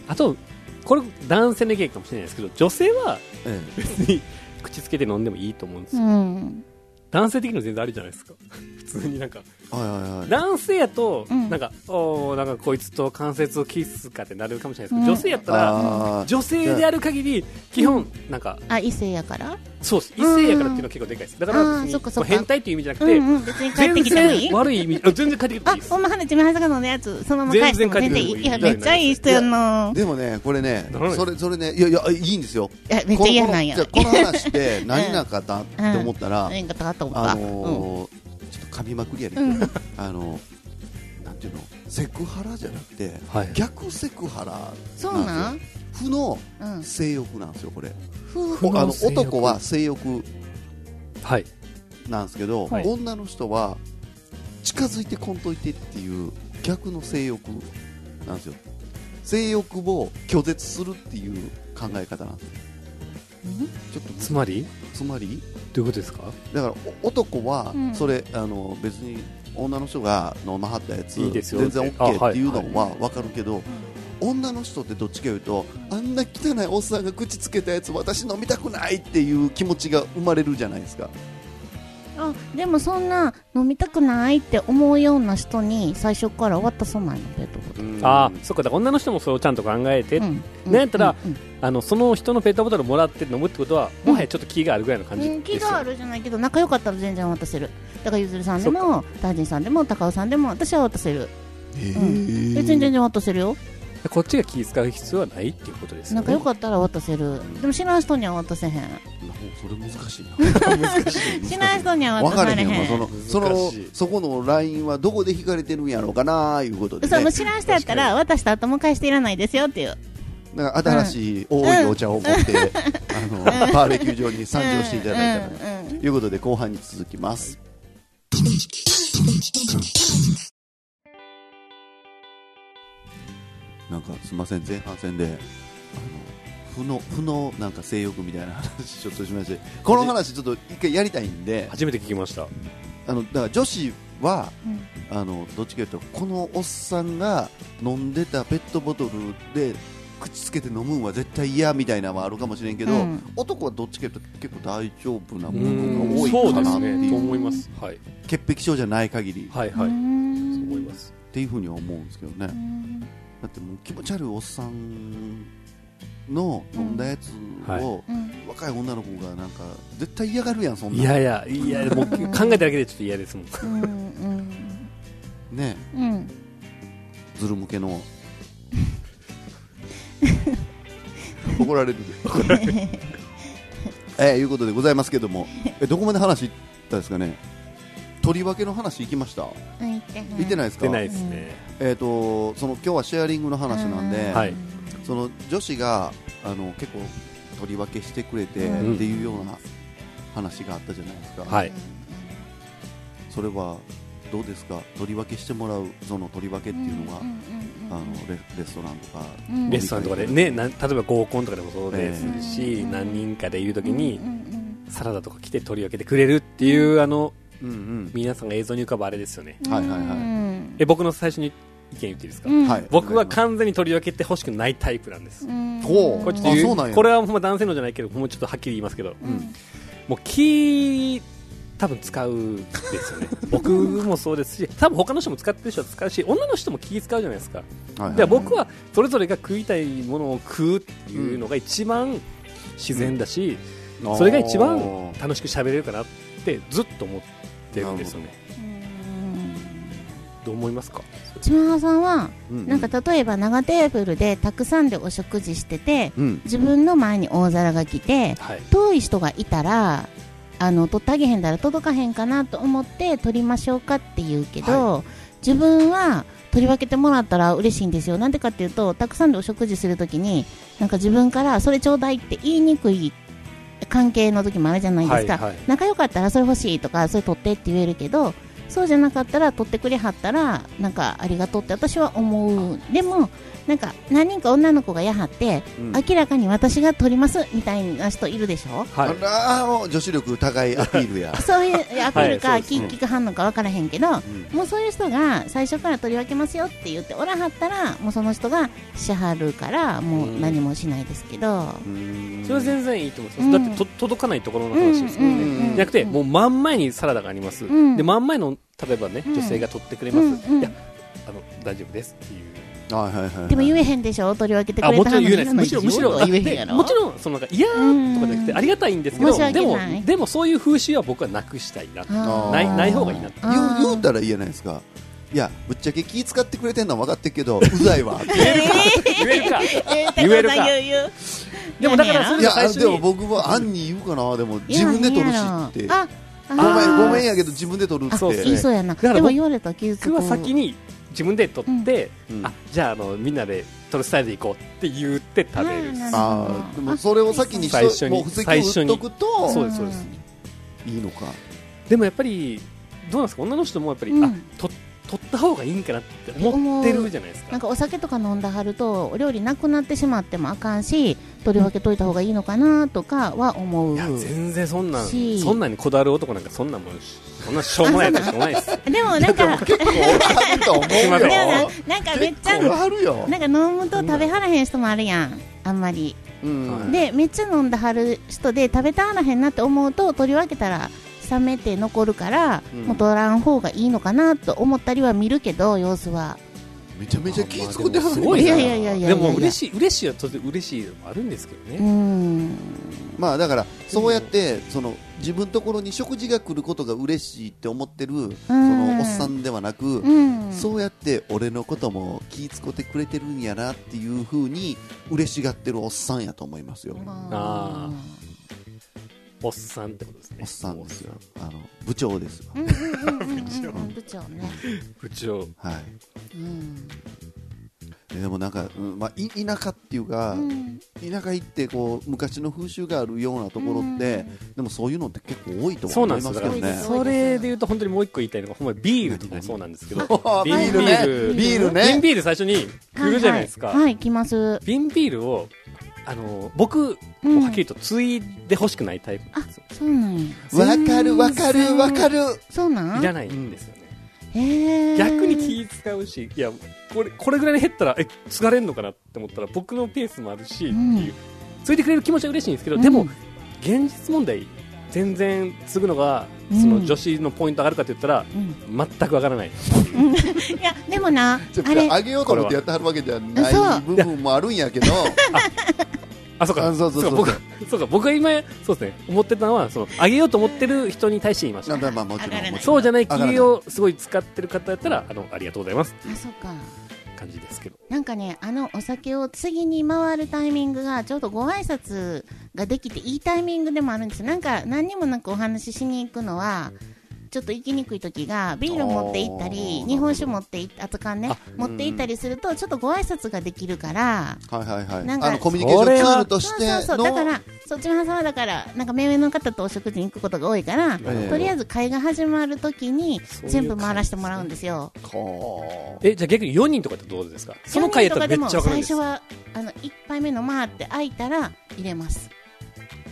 [SPEAKER 4] え
[SPEAKER 3] あとこれ男性の意見かもしれないですけど女性は
[SPEAKER 2] ええ
[SPEAKER 3] 別に口つけて飲んでもいいと思うんです
[SPEAKER 4] う
[SPEAKER 3] よ、
[SPEAKER 4] ん
[SPEAKER 3] 男性的には全然ありじゃないですか 普通になんか
[SPEAKER 2] はいはいはい
[SPEAKER 3] 男性やと、
[SPEAKER 4] うん
[SPEAKER 3] なんかおーなんかこいつと関節をキスかってなるかもしれないですけど、
[SPEAKER 4] うん
[SPEAKER 3] 女性やったら
[SPEAKER 2] あー
[SPEAKER 3] 女性である限り基本なんか
[SPEAKER 4] あ異性やから
[SPEAKER 3] そうです異性やからっていうのは結構でかいですだから
[SPEAKER 4] あー
[SPEAKER 3] 別
[SPEAKER 4] そっ
[SPEAKER 3] に
[SPEAKER 4] かそっか
[SPEAKER 3] 変態っていう意味じゃなく
[SPEAKER 4] うん
[SPEAKER 3] て、
[SPEAKER 4] うん別に帰って
[SPEAKER 3] 全
[SPEAKER 4] きてもいい
[SPEAKER 3] 然悪い意味あ全然帰ってきても
[SPEAKER 4] あ
[SPEAKER 3] いいで、す
[SPEAKER 4] ほんま花ちみはさかのやつ、そのまま返しても全然いい。いや、めっちゃいい人やな。
[SPEAKER 2] でもねこれね
[SPEAKER 3] ならない
[SPEAKER 2] それそれねいやいやいいんですよ
[SPEAKER 4] いや、めっちゃ嫌なんや。
[SPEAKER 2] このこのじゃあこの話って何なのかなって思ったら、
[SPEAKER 4] うん、ガタガタ思った。
[SPEAKER 2] あ
[SPEAKER 4] うん
[SPEAKER 2] のーちょっと噛みまくりやね、
[SPEAKER 4] うん
[SPEAKER 2] ん、あのーなんていうのセクハラじゃなくて、
[SPEAKER 3] はい
[SPEAKER 2] 逆セクハラ
[SPEAKER 4] そうなん
[SPEAKER 2] 負の
[SPEAKER 4] うん。
[SPEAKER 2] 性欲なんですよこれ
[SPEAKER 4] 夫婦
[SPEAKER 2] おあの
[SPEAKER 3] 不能性欲
[SPEAKER 2] 男は性欲
[SPEAKER 3] はい
[SPEAKER 2] なんですけど、
[SPEAKER 3] はい
[SPEAKER 2] 女の人は近づいてこんといてっていう逆の性欲なんですよ性欲を拒絶するっていう考え方なんですちょっと
[SPEAKER 3] つまり
[SPEAKER 2] つまり
[SPEAKER 3] どういうことですか
[SPEAKER 2] だからお男は
[SPEAKER 4] うん
[SPEAKER 2] それ、あの別に女の人が飲まはったやつ
[SPEAKER 3] いいですよ
[SPEAKER 2] 全然
[SPEAKER 3] あは
[SPEAKER 2] OK
[SPEAKER 3] い
[SPEAKER 2] っていうのは分かるけど、女の人ってどっちかいうとあんな汚いおっさんが口つけたやつ私飲みたくないっていう気持ちが生まれるじゃないですか
[SPEAKER 4] あ、でもそんな、飲みたくないって思うような人に、最初から渡さないの、ペットボト
[SPEAKER 3] ああそっかだから女の人もそうちゃんと考えて、
[SPEAKER 4] ル。うん。うん
[SPEAKER 3] なんやったら、
[SPEAKER 4] うん
[SPEAKER 3] あのその人のペットボトルもらって飲むってことは、
[SPEAKER 4] うん
[SPEAKER 3] もはやちょっと気があるぐらいの感じ
[SPEAKER 4] うん
[SPEAKER 3] で
[SPEAKER 4] 気
[SPEAKER 3] すよ、
[SPEAKER 4] があるじゃないけど、仲良かったら全然渡せる。だから、ゆずるさんでも、大臣さんでも、高尾さんでも、私は渡せる。うん。別に全然渡せるよ。
[SPEAKER 3] こっちが気使う必要はないっていうことですよ
[SPEAKER 4] 仲
[SPEAKER 3] ね
[SPEAKER 4] 良かったら渡せる。でも、知らん人には渡せへん。
[SPEAKER 2] それ難しいな難し
[SPEAKER 4] しない人には
[SPEAKER 2] 分
[SPEAKER 4] 渡
[SPEAKER 2] か
[SPEAKER 4] さ
[SPEAKER 2] れへ
[SPEAKER 4] れへ
[SPEAKER 2] んわ
[SPEAKER 4] ん。
[SPEAKER 2] そのその
[SPEAKER 3] 難しい
[SPEAKER 2] そこのラインはどこで引かれてるんやろうかなーいうことで
[SPEAKER 4] その
[SPEAKER 2] ね
[SPEAKER 4] 知らん人やったら渡した後も返していらないですよっていう。
[SPEAKER 2] なんか新しい多いお茶を持って、あのバーベキュー場に参上していただいたら、
[SPEAKER 4] うんうん
[SPEAKER 2] ということで後半に続きますなんかすいません前半戦であの負の負のなんか性欲みたいな話ちょっとしましてこの話ちょっと一回やりたいんで
[SPEAKER 3] 初めて聞きました
[SPEAKER 2] あのだから女子は
[SPEAKER 4] うん
[SPEAKER 2] あのどっちかというとこのおっさんが飲んでたペットボトルで口つけて飲むんは絶対嫌みたいなのはあるかもしれんけど、
[SPEAKER 4] うん
[SPEAKER 2] 男はどっちかというと結構大丈夫な
[SPEAKER 3] う
[SPEAKER 2] ものが多
[SPEAKER 3] ん
[SPEAKER 2] い
[SPEAKER 3] そう
[SPEAKER 2] か
[SPEAKER 3] で
[SPEAKER 2] なっ
[SPEAKER 3] す
[SPEAKER 2] ていう
[SPEAKER 3] ねと思います、はい、
[SPEAKER 2] 潔癖症じゃない限り
[SPEAKER 3] はいはいそう思い
[SPEAKER 4] い。
[SPEAKER 3] ます
[SPEAKER 2] っていうふうには思うんですけどね、
[SPEAKER 4] うん
[SPEAKER 2] だってもう気持ち悪いおっさんの飲んだやつ
[SPEAKER 3] は
[SPEAKER 2] を、
[SPEAKER 4] うん
[SPEAKER 2] 若い女の子がなんか絶対嫌がるやんそん
[SPEAKER 3] い
[SPEAKER 2] なん
[SPEAKER 3] やいやいやもう考えただけでちょっと嫌ですもん
[SPEAKER 4] うんうん
[SPEAKER 2] ね
[SPEAKER 4] うん
[SPEAKER 2] ズル向けの怒られる怒られるえー、いうことでございますけどもえどこまで話いったですかねとりわけの話いきましたい
[SPEAKER 4] うん。って
[SPEAKER 2] ってないで
[SPEAKER 4] い。
[SPEAKER 2] すか
[SPEAKER 3] 出ないですね、
[SPEAKER 2] えっ、とその今日はシェアリングの話なんで、
[SPEAKER 3] はい
[SPEAKER 2] その女子があの結構とりわけしてくれてって
[SPEAKER 4] うん
[SPEAKER 2] いうような話があったじゃないですか、
[SPEAKER 3] はい
[SPEAKER 2] それはどうですかとりわけしてもらうそのとりわけっていうのは、あのレレストランとか
[SPEAKER 4] うん
[SPEAKER 3] レストランとかで、ね、なん例えば合コンとかでもそうですし、
[SPEAKER 4] うん
[SPEAKER 3] 何人かでいるとき
[SPEAKER 4] に
[SPEAKER 3] にサラダとか来て取り分けてくれるっていうあの
[SPEAKER 2] うんうん
[SPEAKER 3] 皆さんが映像に浮かぶあれですよね
[SPEAKER 2] はいはいはい
[SPEAKER 4] い
[SPEAKER 3] え僕の最初に意見言っていいですか、
[SPEAKER 4] うん
[SPEAKER 2] はい、
[SPEAKER 3] 僕は完全に取り分けて欲しくないタイプなんです、
[SPEAKER 2] ほう
[SPEAKER 3] これちょっと
[SPEAKER 2] あ
[SPEAKER 3] 言
[SPEAKER 2] そうなんや
[SPEAKER 3] これはほんま男性のじゃないけどもうちょっとはっきり言いますけど、
[SPEAKER 2] うん
[SPEAKER 3] もう気多分使うんで すよね僕もそうですし多分他の人も使ってる人は使うし女の人も気使うじゃないですか
[SPEAKER 2] はいはい
[SPEAKER 3] で僕はそれぞれが食いたいものを食うっていうのが一番自然だし、それが一
[SPEAKER 2] あ
[SPEAKER 3] 番
[SPEAKER 2] ー
[SPEAKER 3] 楽しく喋れるかなってずっと思ってるんですよねどう思いますか
[SPEAKER 4] ちまはさんは
[SPEAKER 2] う
[SPEAKER 4] なんか例えば長テーブルでたくさんでお食事してて
[SPEAKER 2] うん
[SPEAKER 4] 自分の前に大皿が来て
[SPEAKER 3] はい
[SPEAKER 4] 遠い人がいたらあの取ってあげへんだら届かへんかなと思って取りましょうかって言うけど、自分は取り分けてもらったら嬉しいんですよなんでかっていうとたくさんでお食事するときになんか自分からそれちょうだいって言いにくい関係の時もあるじゃないですか、
[SPEAKER 3] はいはい
[SPEAKER 4] 仲良かったらそれ欲しいとかそれ取ってって言えるけどそうじゃなかったら取ってくれはったらなんかありがとうって私は思うでもなんか何人か女の子がやはって、
[SPEAKER 2] うん
[SPEAKER 4] 明らかに私が取りますみたいな人いるでしょ
[SPEAKER 3] は
[SPEAKER 2] あ
[SPEAKER 3] い
[SPEAKER 2] らーもう女子力高いアピールや
[SPEAKER 4] そういうアピール
[SPEAKER 3] は
[SPEAKER 4] か
[SPEAKER 3] い
[SPEAKER 4] キンキク反応か分からへんけど、もうそういう人が最初から取り分けますよって言っておらはったらもうその人がしはるからもう何もしないですけど。
[SPEAKER 2] うん
[SPEAKER 3] それは全然いいと思います、
[SPEAKER 4] うん
[SPEAKER 3] だってと届かないところの話ですもんね、
[SPEAKER 2] うん
[SPEAKER 3] じゃなくてもう真ん前にサラダがあります、
[SPEAKER 4] うん
[SPEAKER 3] で真ん前の例えばね
[SPEAKER 4] うん
[SPEAKER 3] 女性が取ってくれます、
[SPEAKER 4] うんうん
[SPEAKER 3] いやあの大丈夫ですっていう
[SPEAKER 2] はいはいはいはい
[SPEAKER 4] でも言えへんでしょ取り分けてく
[SPEAKER 3] あ
[SPEAKER 4] れ
[SPEAKER 3] も
[SPEAKER 4] た
[SPEAKER 3] ちろん言えない
[SPEAKER 4] の
[SPEAKER 3] で
[SPEAKER 4] に
[SPEAKER 3] すむしろむしろ
[SPEAKER 4] 言えへんやろ
[SPEAKER 3] もちろんそのなんか嫌とかじゃなくてありがたいんですけ
[SPEAKER 4] 申し
[SPEAKER 3] どで
[SPEAKER 4] 訳
[SPEAKER 3] も
[SPEAKER 4] ない
[SPEAKER 3] でもそういう風習は僕はなくしたいな
[SPEAKER 4] あー
[SPEAKER 3] ないない方がいいな
[SPEAKER 2] 言う言うたらいいじゃないですかいやぶっちゃけ気使ってくれてんのは分かってるけどうざい わ
[SPEAKER 3] 言えるか言える か
[SPEAKER 4] えー
[SPEAKER 3] 言えるか
[SPEAKER 4] 高尾さん言う言う
[SPEAKER 3] でもだからそ
[SPEAKER 2] い
[SPEAKER 3] れが最
[SPEAKER 2] や
[SPEAKER 3] 初
[SPEAKER 2] でも
[SPEAKER 3] に
[SPEAKER 2] 僕は案に言うかなでも自分で取るしって
[SPEAKER 4] いやいや
[SPEAKER 2] ご
[SPEAKER 4] あ
[SPEAKER 2] めんごめん
[SPEAKER 4] や
[SPEAKER 2] やけど自分で取るって
[SPEAKER 3] あそうっす
[SPEAKER 4] 言いそうやな
[SPEAKER 3] だから
[SPEAKER 4] で
[SPEAKER 3] 僕
[SPEAKER 4] も言われたら傷つ
[SPEAKER 3] 僕
[SPEAKER 4] く
[SPEAKER 3] は先に自分で取って、
[SPEAKER 2] うん
[SPEAKER 3] あじゃああのみんなで取るスタイルで行こうって言って食べる
[SPEAKER 4] うんなる
[SPEAKER 2] あーでもそれを先にし
[SPEAKER 3] 最初
[SPEAKER 2] と
[SPEAKER 3] に
[SPEAKER 2] もう布石を打っとくと
[SPEAKER 3] そうですそうです
[SPEAKER 2] いいのか
[SPEAKER 3] でもやっぱりどうなんですか女の人もやっぱり、
[SPEAKER 4] うん
[SPEAKER 3] あと取った方がいいんかなって思ってるじゃないですか
[SPEAKER 4] なんかお酒とか飲んだはるとお料理なくなってしまってもあかんし取り分けといた方がいいのかなとかは思う
[SPEAKER 3] いや全然そんなん
[SPEAKER 4] し
[SPEAKER 3] そんなんにこだわる男なんかそんなもんしそんなしょうもないやつしかないです
[SPEAKER 4] でもなんか
[SPEAKER 2] 結構あると思う
[SPEAKER 3] すいませ
[SPEAKER 4] で
[SPEAKER 3] ん
[SPEAKER 4] もな
[SPEAKER 2] よ
[SPEAKER 4] なんかめっ
[SPEAKER 2] 結
[SPEAKER 4] ちゃ
[SPEAKER 2] 構あるよ
[SPEAKER 4] なんか飲むと食べはらへん人もあるやんあんまり
[SPEAKER 2] うん
[SPEAKER 4] でめっちゃ飲んだはる人で食べたらへんなって思うと取り分けたら冷めて残るから、
[SPEAKER 2] うん
[SPEAKER 4] もう取らん方がいいのかなと思ったりは見るけど様子は
[SPEAKER 2] めちゃめちゃ気使ってはる
[SPEAKER 3] す
[SPEAKER 2] ね
[SPEAKER 3] ご
[SPEAKER 4] い
[SPEAKER 3] い
[SPEAKER 4] や
[SPEAKER 3] ない
[SPEAKER 4] やいやいやいや
[SPEAKER 3] でも嬉しい嬉しいはとて嬉しいのもあるんですけど
[SPEAKER 4] うー
[SPEAKER 3] ね、
[SPEAKER 4] ん
[SPEAKER 2] まあだからそうやってその自分のところに食事が来ることが嬉しいって思ってるそのおっさんではなく
[SPEAKER 4] うん
[SPEAKER 2] そうやって俺のことも気使ってくれてるんやなっていう風に嬉しがってるおっさんやと思いますよ
[SPEAKER 3] あおっさんってことですね
[SPEAKER 2] おっさんですよあの部長ですよ
[SPEAKER 4] うんうんうんうんうんうん部長ね、
[SPEAKER 3] 部長
[SPEAKER 2] はい
[SPEAKER 4] うん
[SPEAKER 2] えでもなんか、うんまあ、い田舎っていうか、
[SPEAKER 4] うん
[SPEAKER 2] 田舎行ってこう昔の風習があるようなところって、でもそういうのって結構多いと
[SPEAKER 3] そう
[SPEAKER 2] 思
[SPEAKER 3] なん
[SPEAKER 2] いま
[SPEAKER 3] です
[SPEAKER 2] す
[SPEAKER 3] よだ
[SPEAKER 2] けど
[SPEAKER 3] か
[SPEAKER 2] ね。
[SPEAKER 3] ら、それで言うと本当にもう一個言いたいのがほんまにビールとかもそうなんですけど
[SPEAKER 2] あ
[SPEAKER 3] 瓶
[SPEAKER 2] ビールね
[SPEAKER 4] ビール
[SPEAKER 2] ね
[SPEAKER 3] 瓶ビール最初に来るじゃないですか、
[SPEAKER 4] はい、はいはい来ます
[SPEAKER 3] 瓶ビールをあの僕
[SPEAKER 4] う
[SPEAKER 3] も
[SPEAKER 4] ん
[SPEAKER 3] はっきりと継いで欲しくないタイプ
[SPEAKER 4] あ
[SPEAKER 3] なんですよ、
[SPEAKER 4] そうなんや
[SPEAKER 2] わかるわかるわかる。
[SPEAKER 4] そうなん
[SPEAKER 3] いらないんですよね、
[SPEAKER 4] へー
[SPEAKER 3] 逆に気使うしいやこれこれぐらいに減ったらえ継がれんのかなって思ったら僕のペースもあるし、
[SPEAKER 4] うん
[SPEAKER 3] っていう継いでくれる気持ちは嬉しいんですけど、
[SPEAKER 4] うん
[SPEAKER 3] でも現実問題全然継ぐのが
[SPEAKER 4] うん
[SPEAKER 3] その女子のポイント上がるかって言ったら、
[SPEAKER 4] うん
[SPEAKER 3] 全くわからないっていう
[SPEAKER 4] いやでもな
[SPEAKER 2] ちょっ
[SPEAKER 4] あ
[SPEAKER 2] と
[SPEAKER 4] れ
[SPEAKER 2] あげようと思ってやってはるわけじゃない部分もあるんやけど、
[SPEAKER 3] あそうか
[SPEAKER 2] あそうそうそう
[SPEAKER 3] か僕はそうか僕が今そうですね思ってたのはその上げようと思ってる人に対して言いまし
[SPEAKER 2] まあ
[SPEAKER 3] た
[SPEAKER 2] まあまあもちろ
[SPEAKER 4] 上がら
[SPEAKER 2] ん
[SPEAKER 4] な
[SPEAKER 2] も
[SPEAKER 4] い
[SPEAKER 2] ちろ
[SPEAKER 3] そ
[SPEAKER 2] ん
[SPEAKER 3] うじゃない
[SPEAKER 2] 上がらない
[SPEAKER 3] 気をすごい使ってる方やったらあのありがとうございます
[SPEAKER 4] あそうか
[SPEAKER 3] 感じですけど
[SPEAKER 4] なんかね、あのお酒を次に回るタイミングがちょうどご挨拶ができていいタイミングでもあるんですよ。なんか何にもなくお話ししに行くのはちょっと行きにくい時がビール持って行った
[SPEAKER 2] あ
[SPEAKER 4] り
[SPEAKER 2] ー
[SPEAKER 4] 日本酒持っていあとかね
[SPEAKER 2] あ
[SPEAKER 4] 持って行ったりするとちょっとご挨拶ができるから。
[SPEAKER 2] はいはいはい。
[SPEAKER 4] なんか
[SPEAKER 2] あのコミュニケーションツールと
[SPEAKER 4] そ
[SPEAKER 2] し
[SPEAKER 4] うそう
[SPEAKER 2] て
[SPEAKER 4] そうだか
[SPEAKER 2] の
[SPEAKER 4] らそっちのはさはだからなんか目上の方とお食事に行くことが多いから、
[SPEAKER 2] ええ
[SPEAKER 4] とりあえず会が始まるときに
[SPEAKER 3] そういう
[SPEAKER 4] 全部回らせてもらうんですよ。
[SPEAKER 2] こう
[SPEAKER 3] えじゃあ逆に4人とかってどうですかその回やったらめっちゃわかるんです
[SPEAKER 4] 最初はあの1杯目の「まあ」って開いたら入れます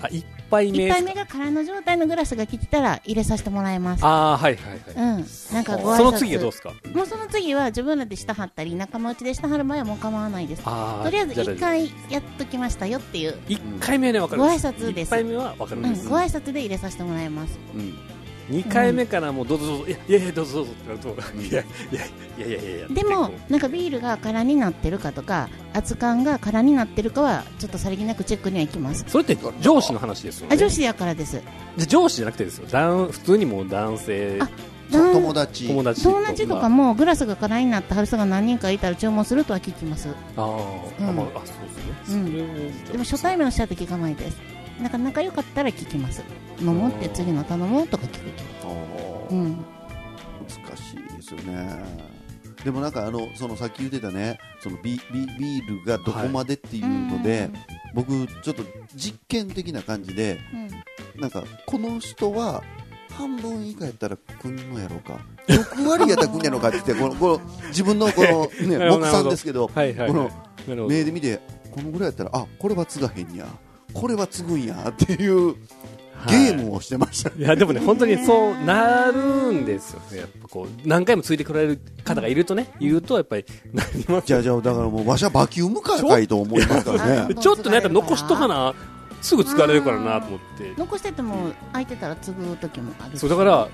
[SPEAKER 3] あ一杯目
[SPEAKER 4] 1杯目が空の状態のグラスが来てたら入れさせてもらいます
[SPEAKER 3] ああはいはいはい、
[SPEAKER 4] うんなんかご挨拶
[SPEAKER 3] その次はどうですか
[SPEAKER 4] もうその次は自分らでしたはったり仲間内でしたはる場合はもう構わないですと
[SPEAKER 3] あ
[SPEAKER 4] りあえず1
[SPEAKER 3] 回
[SPEAKER 4] 回やっときましたよっていう、
[SPEAKER 3] 一回目はね分かるん
[SPEAKER 4] ご挨拶です
[SPEAKER 3] 一回目は分かる
[SPEAKER 4] うん、
[SPEAKER 3] ん
[SPEAKER 4] ご
[SPEAKER 3] です、
[SPEAKER 4] 挨拶で入れさせてもらいます
[SPEAKER 2] うん
[SPEAKER 3] 2回目からもうどうぞどうぞ、いやいやいやどうぞどうぞってなると、いやいやいやいやいやいや
[SPEAKER 4] でもなんかビールが空になってるかとか熱燗が空になってるかはちょっとさりげなくチェックには行きます
[SPEAKER 3] それって上司の話ですよね
[SPEAKER 4] あ上司やからです
[SPEAKER 3] で上司じゃなくてですよ男普通にもう男性
[SPEAKER 4] あ
[SPEAKER 2] そう
[SPEAKER 4] 友
[SPEAKER 2] 友達
[SPEAKER 3] 友達
[SPEAKER 4] 友達とか
[SPEAKER 3] も
[SPEAKER 4] もグラスが空になった春人が何人かいたら注文するとは聞きます
[SPEAKER 3] あー、
[SPEAKER 4] うん
[SPEAKER 3] まああそうですね、それも
[SPEAKER 4] でも初対面の人だと聞かないですなんか仲良かったら聞きます飲もうって次の頼もうとか聞く
[SPEAKER 2] あー
[SPEAKER 4] けどうん
[SPEAKER 2] 難しいですよねでもなんかあのそのさっき言ってたねそのビビビールがどこまでっていうので、僕ちょっと実験的な感じで
[SPEAKER 4] うん
[SPEAKER 2] なんかこの人は半分以下やったら来んのやろうか6割やったら来んやろうかって言ってこのこの自分のこの、ね、
[SPEAKER 3] なるほど
[SPEAKER 2] 目算ですけど
[SPEAKER 3] はいはい、
[SPEAKER 2] この
[SPEAKER 3] なるほど
[SPEAKER 2] 目で見てこのぐらいやったらあこれは継がへんやこれは継ぐんやっていうゲームをしてました、
[SPEAKER 3] いやでもね本当にそうなるんですよねやっぱこう何回もついてくれる方がいるとね言うとやっぱりなります
[SPEAKER 2] じゃあじゃあだからもうわしゃバキュームかかいと思いますからね
[SPEAKER 4] あ
[SPEAKER 3] ちょっとねやっぱ残しとかなすぐ疲れるからなと思って
[SPEAKER 4] 残してても空いてたら継ぐ時もあるし
[SPEAKER 3] そうだから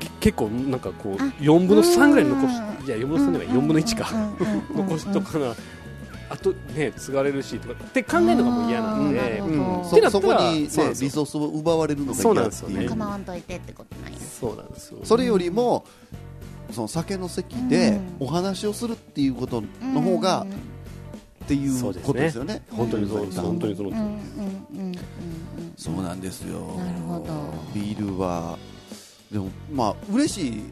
[SPEAKER 3] ぎ結構なんかこう
[SPEAKER 4] あ
[SPEAKER 3] 4分の3ぐらい残し
[SPEAKER 4] う
[SPEAKER 3] いや4分の3じゃない4分の1か
[SPEAKER 4] うんうんうんうん
[SPEAKER 3] 残しとかなあとね継がれるしとかって考えるのがもう嫌なん
[SPEAKER 4] あーな
[SPEAKER 3] で
[SPEAKER 4] るほど
[SPEAKER 3] うん
[SPEAKER 4] そ
[SPEAKER 3] ってな
[SPEAKER 2] そ
[SPEAKER 3] った
[SPEAKER 2] そこ
[SPEAKER 3] ら
[SPEAKER 2] に、ね、
[SPEAKER 3] そうなんです
[SPEAKER 2] リ
[SPEAKER 3] よ
[SPEAKER 2] ソースを奪われるのが
[SPEAKER 3] そうな
[SPEAKER 2] 嫌
[SPEAKER 3] ん
[SPEAKER 2] っ
[SPEAKER 3] です
[SPEAKER 2] てい
[SPEAKER 3] よね
[SPEAKER 2] う
[SPEAKER 4] 構わんといてってことないです
[SPEAKER 3] そうなんですよ
[SPEAKER 2] それよりもその酒の席でお話をするっていうことの方が、っていう
[SPEAKER 3] そう
[SPEAKER 2] こ
[SPEAKER 3] です
[SPEAKER 2] とですよ
[SPEAKER 3] ね
[SPEAKER 2] ね
[SPEAKER 3] 本当にそうです本当にその
[SPEAKER 4] うんうんうんうんうん
[SPEAKER 2] そうなんですよ
[SPEAKER 4] なるほど
[SPEAKER 2] ビールはでもまあ嬉しい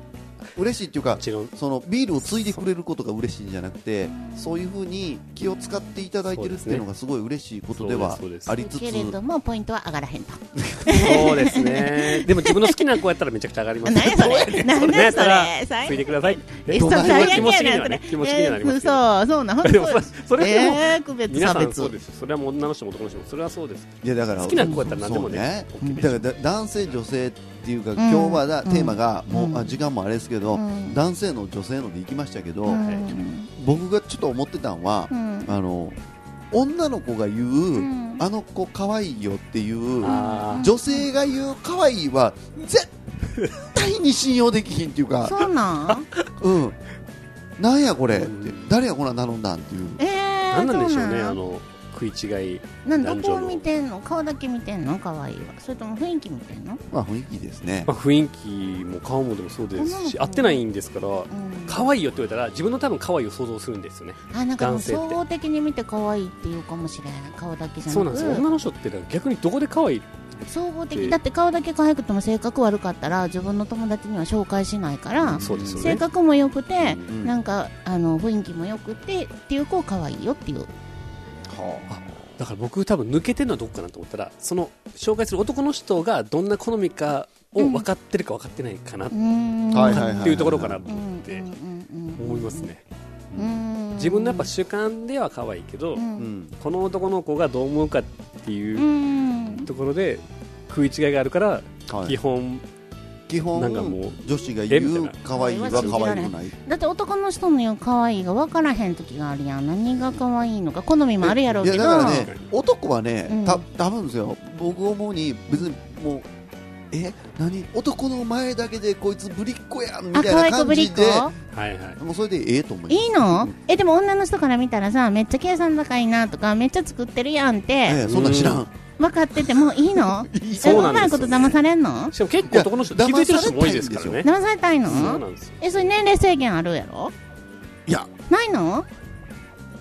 [SPEAKER 2] 嬉しいっていうか
[SPEAKER 3] もちろん
[SPEAKER 2] そのビールをついでくれることが嬉しいんじゃなくてそういうふうに気を使っていただいてるっていうのがすごい嬉しいことでは
[SPEAKER 3] そうです
[SPEAKER 2] ありつつ
[SPEAKER 4] けれどもポイントは上がらへんと
[SPEAKER 3] そうです ねでも自分の好きな子やったらめちゃくちゃ上がります
[SPEAKER 4] 何やそれ何やそれ
[SPEAKER 3] やったら
[SPEAKER 4] 最悪
[SPEAKER 3] ついてくださいね
[SPEAKER 4] えそう
[SPEAKER 2] どんな
[SPEAKER 4] 最悪
[SPEAKER 3] 気持ち的に
[SPEAKER 4] や
[SPEAKER 3] は
[SPEAKER 4] な
[SPEAKER 3] ね
[SPEAKER 4] それ
[SPEAKER 3] 気持ち的にはなりますけど
[SPEAKER 4] そうそうなんほん と
[SPEAKER 3] でもそそれはでも
[SPEAKER 4] えー区別
[SPEAKER 3] 皆
[SPEAKER 4] 差
[SPEAKER 3] さんそう
[SPEAKER 4] 別
[SPEAKER 3] ですよそれはもう女の人も男の人もそれはそうです
[SPEAKER 2] いやだから
[SPEAKER 3] 好きな子やったら何でもね
[SPEAKER 2] そう
[SPEAKER 3] OK で
[SPEAKER 2] だ
[SPEAKER 3] しょ
[SPEAKER 2] からだ男性女性っていうか、今日はだ、
[SPEAKER 4] うん
[SPEAKER 2] テーマがもう、
[SPEAKER 4] うん
[SPEAKER 2] あ時間もあれですけど、
[SPEAKER 4] うん
[SPEAKER 2] 男性の女性ので行きましたけど、
[SPEAKER 4] うん
[SPEAKER 2] 僕がちょっと思ってたんは、
[SPEAKER 4] うん
[SPEAKER 2] あの女の子が言う、
[SPEAKER 4] ん
[SPEAKER 2] あの子可愛いよっていう
[SPEAKER 3] あ
[SPEAKER 2] 女性が言う可愛いは絶対に信用できひんっていうか
[SPEAKER 4] そうなん
[SPEAKER 2] うんなんやこれって、
[SPEAKER 3] うん
[SPEAKER 2] 誰やこんなん頼んだんっていう
[SPEAKER 4] え
[SPEAKER 3] あ
[SPEAKER 4] ー
[SPEAKER 3] 何なんでしょう
[SPEAKER 4] そ
[SPEAKER 3] ね
[SPEAKER 4] な
[SPEAKER 3] あ
[SPEAKER 4] ん
[SPEAKER 3] の食い違い
[SPEAKER 4] なん
[SPEAKER 3] 男女
[SPEAKER 4] どこを
[SPEAKER 3] の
[SPEAKER 4] 見てんの顔だけ見てんの可愛いわそれとも雰囲気見てんの
[SPEAKER 2] まあ雰囲気ですね
[SPEAKER 3] まあ、雰囲気も顔もでもそうですし
[SPEAKER 4] 女の子
[SPEAKER 3] 合ってないんですから
[SPEAKER 4] うん
[SPEAKER 3] 可愛いよって言われたら自分の多分可愛いを想像するんですよね
[SPEAKER 4] あなんかもう
[SPEAKER 3] 男性って
[SPEAKER 4] 総合的に見て可愛いっていうかもしれない顔だけじゃなく
[SPEAKER 3] そうなんですよ女の人ってのは逆にどこで可愛い
[SPEAKER 4] 総合的だって顔だけ可愛くても性格悪かったら自分の友達には紹介しないから、
[SPEAKER 3] そうですよ
[SPEAKER 4] 性
[SPEAKER 3] ね
[SPEAKER 4] 格も良くて、
[SPEAKER 2] ん
[SPEAKER 4] なんかあの雰囲気も良くてっていう子可愛いよっていう
[SPEAKER 3] だから僕多分抜けてるのはどこかなと思ったらその紹介する男の人がどんな好みかを分かってるか分かってないかな
[SPEAKER 4] うーん
[SPEAKER 2] はいはい
[SPEAKER 3] っていうところかなと
[SPEAKER 4] うん
[SPEAKER 3] 思って思いますね
[SPEAKER 4] うんうんうん
[SPEAKER 3] 自分のやっぱ主観では可愛いけど
[SPEAKER 4] うん
[SPEAKER 2] うん
[SPEAKER 3] この男の子がどう思うかって
[SPEAKER 4] う
[SPEAKER 3] いうんところで食い違いがあるから
[SPEAKER 2] はい
[SPEAKER 3] 基本
[SPEAKER 2] 基本
[SPEAKER 3] なんかもう
[SPEAKER 2] 女子が
[SPEAKER 3] えみ
[SPEAKER 2] 言う
[SPEAKER 3] たいな
[SPEAKER 2] 可愛いは可愛くない
[SPEAKER 4] だって男の人の言う可愛いが分からへん時があるやん何が可愛いのか好みもあるやろう
[SPEAKER 2] い
[SPEAKER 4] け
[SPEAKER 2] や
[SPEAKER 4] ど
[SPEAKER 2] だからね男はね、
[SPEAKER 4] うん
[SPEAKER 2] た多分ですよ僕思うに別にもうえ何男の前だけでこいつぶりっ子やんみ
[SPEAKER 4] あ
[SPEAKER 2] たい
[SPEAKER 4] 可愛い
[SPEAKER 2] な
[SPEAKER 4] 子
[SPEAKER 2] 感
[SPEAKER 4] ぶりっ
[SPEAKER 2] じで
[SPEAKER 4] 子
[SPEAKER 3] はいはい
[SPEAKER 2] もうそれでええと思います
[SPEAKER 4] いいのえでも女の人から見たらさめっちゃ計算高いなとかめっちゃ作ってるやんっ
[SPEAKER 2] え
[SPEAKER 4] て
[SPEAKER 2] えそんなん知らん、
[SPEAKER 3] う
[SPEAKER 4] 分かっててもいい
[SPEAKER 3] そ
[SPEAKER 4] の
[SPEAKER 3] うな
[SPEAKER 4] え
[SPEAKER 3] んですよ
[SPEAKER 4] うまいこと騙され んの
[SPEAKER 3] しかも結構男の人気
[SPEAKER 2] いや
[SPEAKER 3] づいてる人も多いですからね
[SPEAKER 4] 騙されたい
[SPEAKER 3] そう
[SPEAKER 4] の
[SPEAKER 3] なんですよ
[SPEAKER 4] えそれ年齢制限あるやろ
[SPEAKER 2] いや
[SPEAKER 4] ないの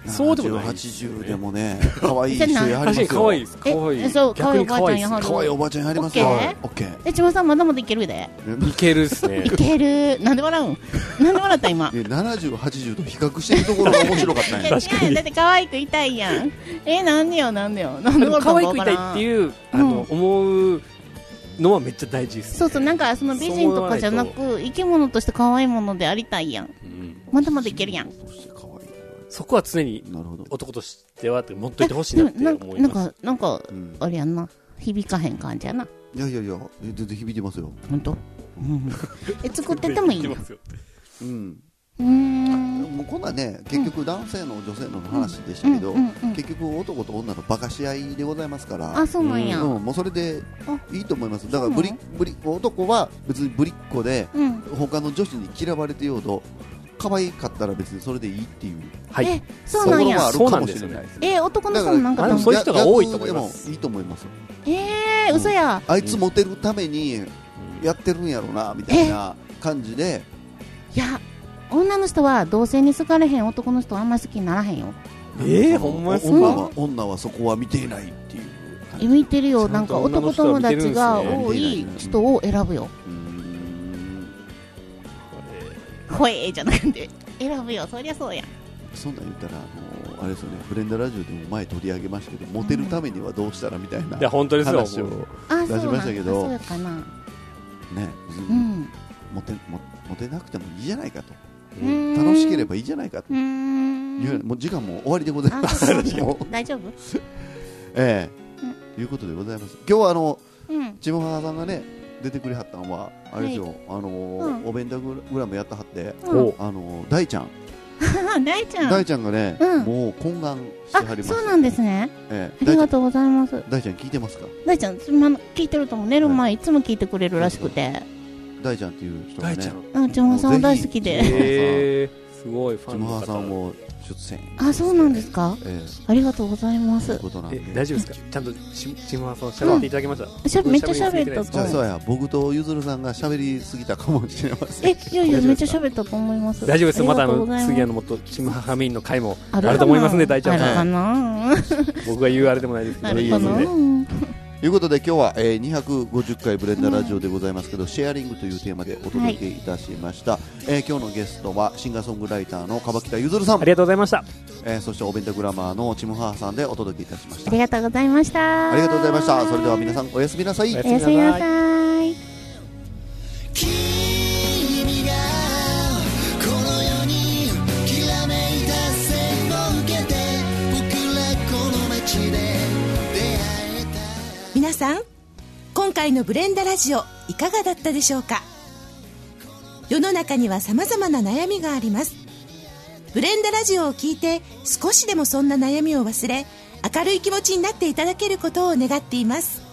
[SPEAKER 3] そうでもないですよね
[SPEAKER 2] 80でもね可愛い人やはりま
[SPEAKER 3] 確
[SPEAKER 2] すよ
[SPEAKER 3] かに可愛いです
[SPEAKER 4] え
[SPEAKER 3] 可愛い
[SPEAKER 4] えそう
[SPEAKER 3] 逆に可愛いです
[SPEAKER 4] 可愛いおばあち
[SPEAKER 2] 可愛いおばあちゃ
[SPEAKER 4] ゃんや
[SPEAKER 2] んやりますよ
[SPEAKER 4] オッケー
[SPEAKER 2] オッケー
[SPEAKER 4] え千葉さんまだまだいけるで
[SPEAKER 3] いけるですね
[SPEAKER 4] いけるなんで笑うんなんで笑った今
[SPEAKER 2] で70、80と比較してるところが面白かったん
[SPEAKER 4] い
[SPEAKER 2] や
[SPEAKER 4] や
[SPEAKER 3] 確か
[SPEAKER 4] 違う
[SPEAKER 3] に
[SPEAKER 4] だって可愛くいたいやんえなんでよなんでよなん
[SPEAKER 3] で
[SPEAKER 4] で
[SPEAKER 3] も
[SPEAKER 4] 笑った
[SPEAKER 3] 可
[SPEAKER 4] の
[SPEAKER 3] 愛くい
[SPEAKER 4] か分
[SPEAKER 3] た
[SPEAKER 4] か
[SPEAKER 3] い
[SPEAKER 4] らん
[SPEAKER 3] っていうあの思うのはめっちゃ大事ですね
[SPEAKER 4] そうそうなんかその美人とかじゃな
[SPEAKER 3] そう
[SPEAKER 4] く生き物として可愛いものでありたいやん
[SPEAKER 3] うん
[SPEAKER 4] まだまだいけるやん
[SPEAKER 2] そして可愛い
[SPEAKER 3] そこは常に
[SPEAKER 2] なるほど
[SPEAKER 3] 男としてはって持っといてほしいなって思い
[SPEAKER 4] な
[SPEAKER 3] ま
[SPEAKER 4] ん
[SPEAKER 3] す
[SPEAKER 4] かなんか
[SPEAKER 2] うん
[SPEAKER 4] あれやんな響かへん感じやない
[SPEAKER 2] やいやいやえ全然響いてますよ
[SPEAKER 4] 本当。うんえ作っててもいい
[SPEAKER 3] き
[SPEAKER 4] の
[SPEAKER 3] ますよ
[SPEAKER 2] うん
[SPEAKER 4] うーん
[SPEAKER 2] もうこんなんね結局男性の女性の話でしたけど、
[SPEAKER 4] うんうんうんうん
[SPEAKER 2] 結局男と女のバカし合いでございますから
[SPEAKER 4] あそうなんや
[SPEAKER 2] うん、もうそれでいいと思いますだからぶり
[SPEAKER 4] そう
[SPEAKER 2] ぶり男は別にぶりっ子で
[SPEAKER 4] うん
[SPEAKER 2] 他の女子に嫌われてようと可愛かったら別にそれでいいっていう
[SPEAKER 3] はい
[SPEAKER 4] えそうなんや
[SPEAKER 2] ところがあるかもしれないですね
[SPEAKER 4] え男の人もなんか
[SPEAKER 3] あ
[SPEAKER 4] あ
[SPEAKER 3] で
[SPEAKER 4] った
[SPEAKER 3] も
[SPEAKER 4] の
[SPEAKER 3] そういう人が多いと思いま
[SPEAKER 2] 逆
[SPEAKER 3] す
[SPEAKER 2] でもいいと思います
[SPEAKER 4] えー、嘘や
[SPEAKER 2] あいつモテるためにやってるんやろうなみたいな感じで
[SPEAKER 4] いや女の人は同性に好かれへん男の人はあんまり好きにならへんよ
[SPEAKER 2] え
[SPEAKER 6] ーほんまですか
[SPEAKER 2] 女は女はそこは見ていないっていう感じ
[SPEAKER 4] 向いてるよ
[SPEAKER 6] ちゃ
[SPEAKER 4] なん
[SPEAKER 6] ん
[SPEAKER 4] か
[SPEAKER 6] と女
[SPEAKER 4] 男
[SPEAKER 6] の人
[SPEAKER 4] 友
[SPEAKER 6] は見てるんですね
[SPEAKER 4] 達が多
[SPEAKER 2] 見て
[SPEAKER 4] い
[SPEAKER 2] ないね
[SPEAKER 4] 人を選ぶよ
[SPEAKER 2] うーん
[SPEAKER 4] ほえーじゃなくて選ぶよそりゃそうや
[SPEAKER 2] そんなん言ったらあのあれですよねブレンダラジオでも前取り上げましたけどモテるためにはどうしたらみたいない
[SPEAKER 3] や本当ですよ
[SPEAKER 2] 話をね
[SPEAKER 4] あ
[SPEAKER 2] 出し
[SPEAKER 4] そ
[SPEAKER 2] ま
[SPEAKER 4] うな
[SPEAKER 2] したけ
[SPEAKER 4] んだ
[SPEAKER 2] ど
[SPEAKER 4] そうやかな
[SPEAKER 2] 別
[SPEAKER 4] う
[SPEAKER 2] に
[SPEAKER 4] ん
[SPEAKER 2] モテモモテなくてもいいじゃないかと
[SPEAKER 3] う
[SPEAKER 2] 楽しけれ
[SPEAKER 4] ば
[SPEAKER 2] ばいいじゃないかと
[SPEAKER 4] うーん
[SPEAKER 2] いうもう時間も終わりでござい
[SPEAKER 4] あ
[SPEAKER 2] ま
[SPEAKER 4] そ
[SPEAKER 2] す
[SPEAKER 4] うか
[SPEAKER 2] も う
[SPEAKER 4] 大丈夫
[SPEAKER 2] ええいうことでございます今日はあの
[SPEAKER 4] うん
[SPEAKER 2] ちむはさんがね出てくれはったのはあれですよ、あのー
[SPEAKER 4] うん
[SPEAKER 2] お弁当グラムやったはって、
[SPEAKER 4] うん
[SPEAKER 3] お
[SPEAKER 2] あのー大ちゃん、
[SPEAKER 4] あ大ちゃん
[SPEAKER 2] 大ちゃんがね、
[SPEAKER 4] うん
[SPEAKER 2] もう懇願しては
[SPEAKER 4] あ
[SPEAKER 2] ります
[SPEAKER 4] そうなんですね
[SPEAKER 2] ええ
[SPEAKER 4] ありがとうございます
[SPEAKER 2] 大ちゃん大ちゃん聞いてますか
[SPEAKER 4] 大ちゃんすまん聞いてるとも寝る前いつも聞いてくれるらしくて
[SPEAKER 2] 大ちゃんっていう人がね
[SPEAKER 3] 大ちゃん
[SPEAKER 4] うんちもさん大好
[SPEAKER 2] ぜ
[SPEAKER 4] き
[SPEAKER 2] ひ
[SPEAKER 4] で
[SPEAKER 2] へ
[SPEAKER 3] すごいフ
[SPEAKER 2] ちむはさんも出演
[SPEAKER 4] あそうなんですか
[SPEAKER 2] ええ
[SPEAKER 4] ありがとうございま
[SPEAKER 2] とい
[SPEAKER 4] す
[SPEAKER 2] うことなん
[SPEAKER 3] え
[SPEAKER 2] で
[SPEAKER 3] 大丈夫ですかちゃんとちちむはさんをしゃべっていただけました、
[SPEAKER 4] しゃめっちゃ喋った
[SPEAKER 2] じゃあ
[SPEAKER 4] と
[SPEAKER 2] そ
[SPEAKER 4] 思
[SPEAKER 2] う
[SPEAKER 4] う
[SPEAKER 2] や僕とゆずるさんが喋りすぎたかもしれません
[SPEAKER 4] えいやいやめっちゃ喋ったと思います
[SPEAKER 3] 大丈夫ですまたあの次あ
[SPEAKER 4] の
[SPEAKER 3] のもっとちむははみんの回もあると思いますね大ちゃん
[SPEAKER 4] ある
[SPEAKER 3] は
[SPEAKER 4] かな
[SPEAKER 3] 僕が言うあれでもないですけ
[SPEAKER 4] あ
[SPEAKER 3] ど
[SPEAKER 4] るかな
[SPEAKER 2] ということで今日は、えー250回ブレンダーラジオでございますけど、シェアリングというテーマでお届けいたしました、えー今日のゲストはシンガーソングライターの川北ゆずるさん
[SPEAKER 3] ありがとうございました
[SPEAKER 2] えーそしてお弁当グラマーのちむはーさんでお届けいたしまし
[SPEAKER 4] あ
[SPEAKER 2] た
[SPEAKER 4] りがとうございました
[SPEAKER 2] ありがとうございましたそれでは皆
[SPEAKER 4] ん
[SPEAKER 2] さんおやすみなさい
[SPEAKER 3] おや
[SPEAKER 4] おやすみなさい
[SPEAKER 1] 君がこの世にきらめいた線を受けて僕らこの街で出会えた
[SPEAKER 5] 皆さん今回の「ブレンダラジオ」いかがだったでしょうか世の中には様々な悩みがありますブレンダラジオを聞いて少しでもそんな悩みを忘れ明るい気持ちになっていただけることを願っています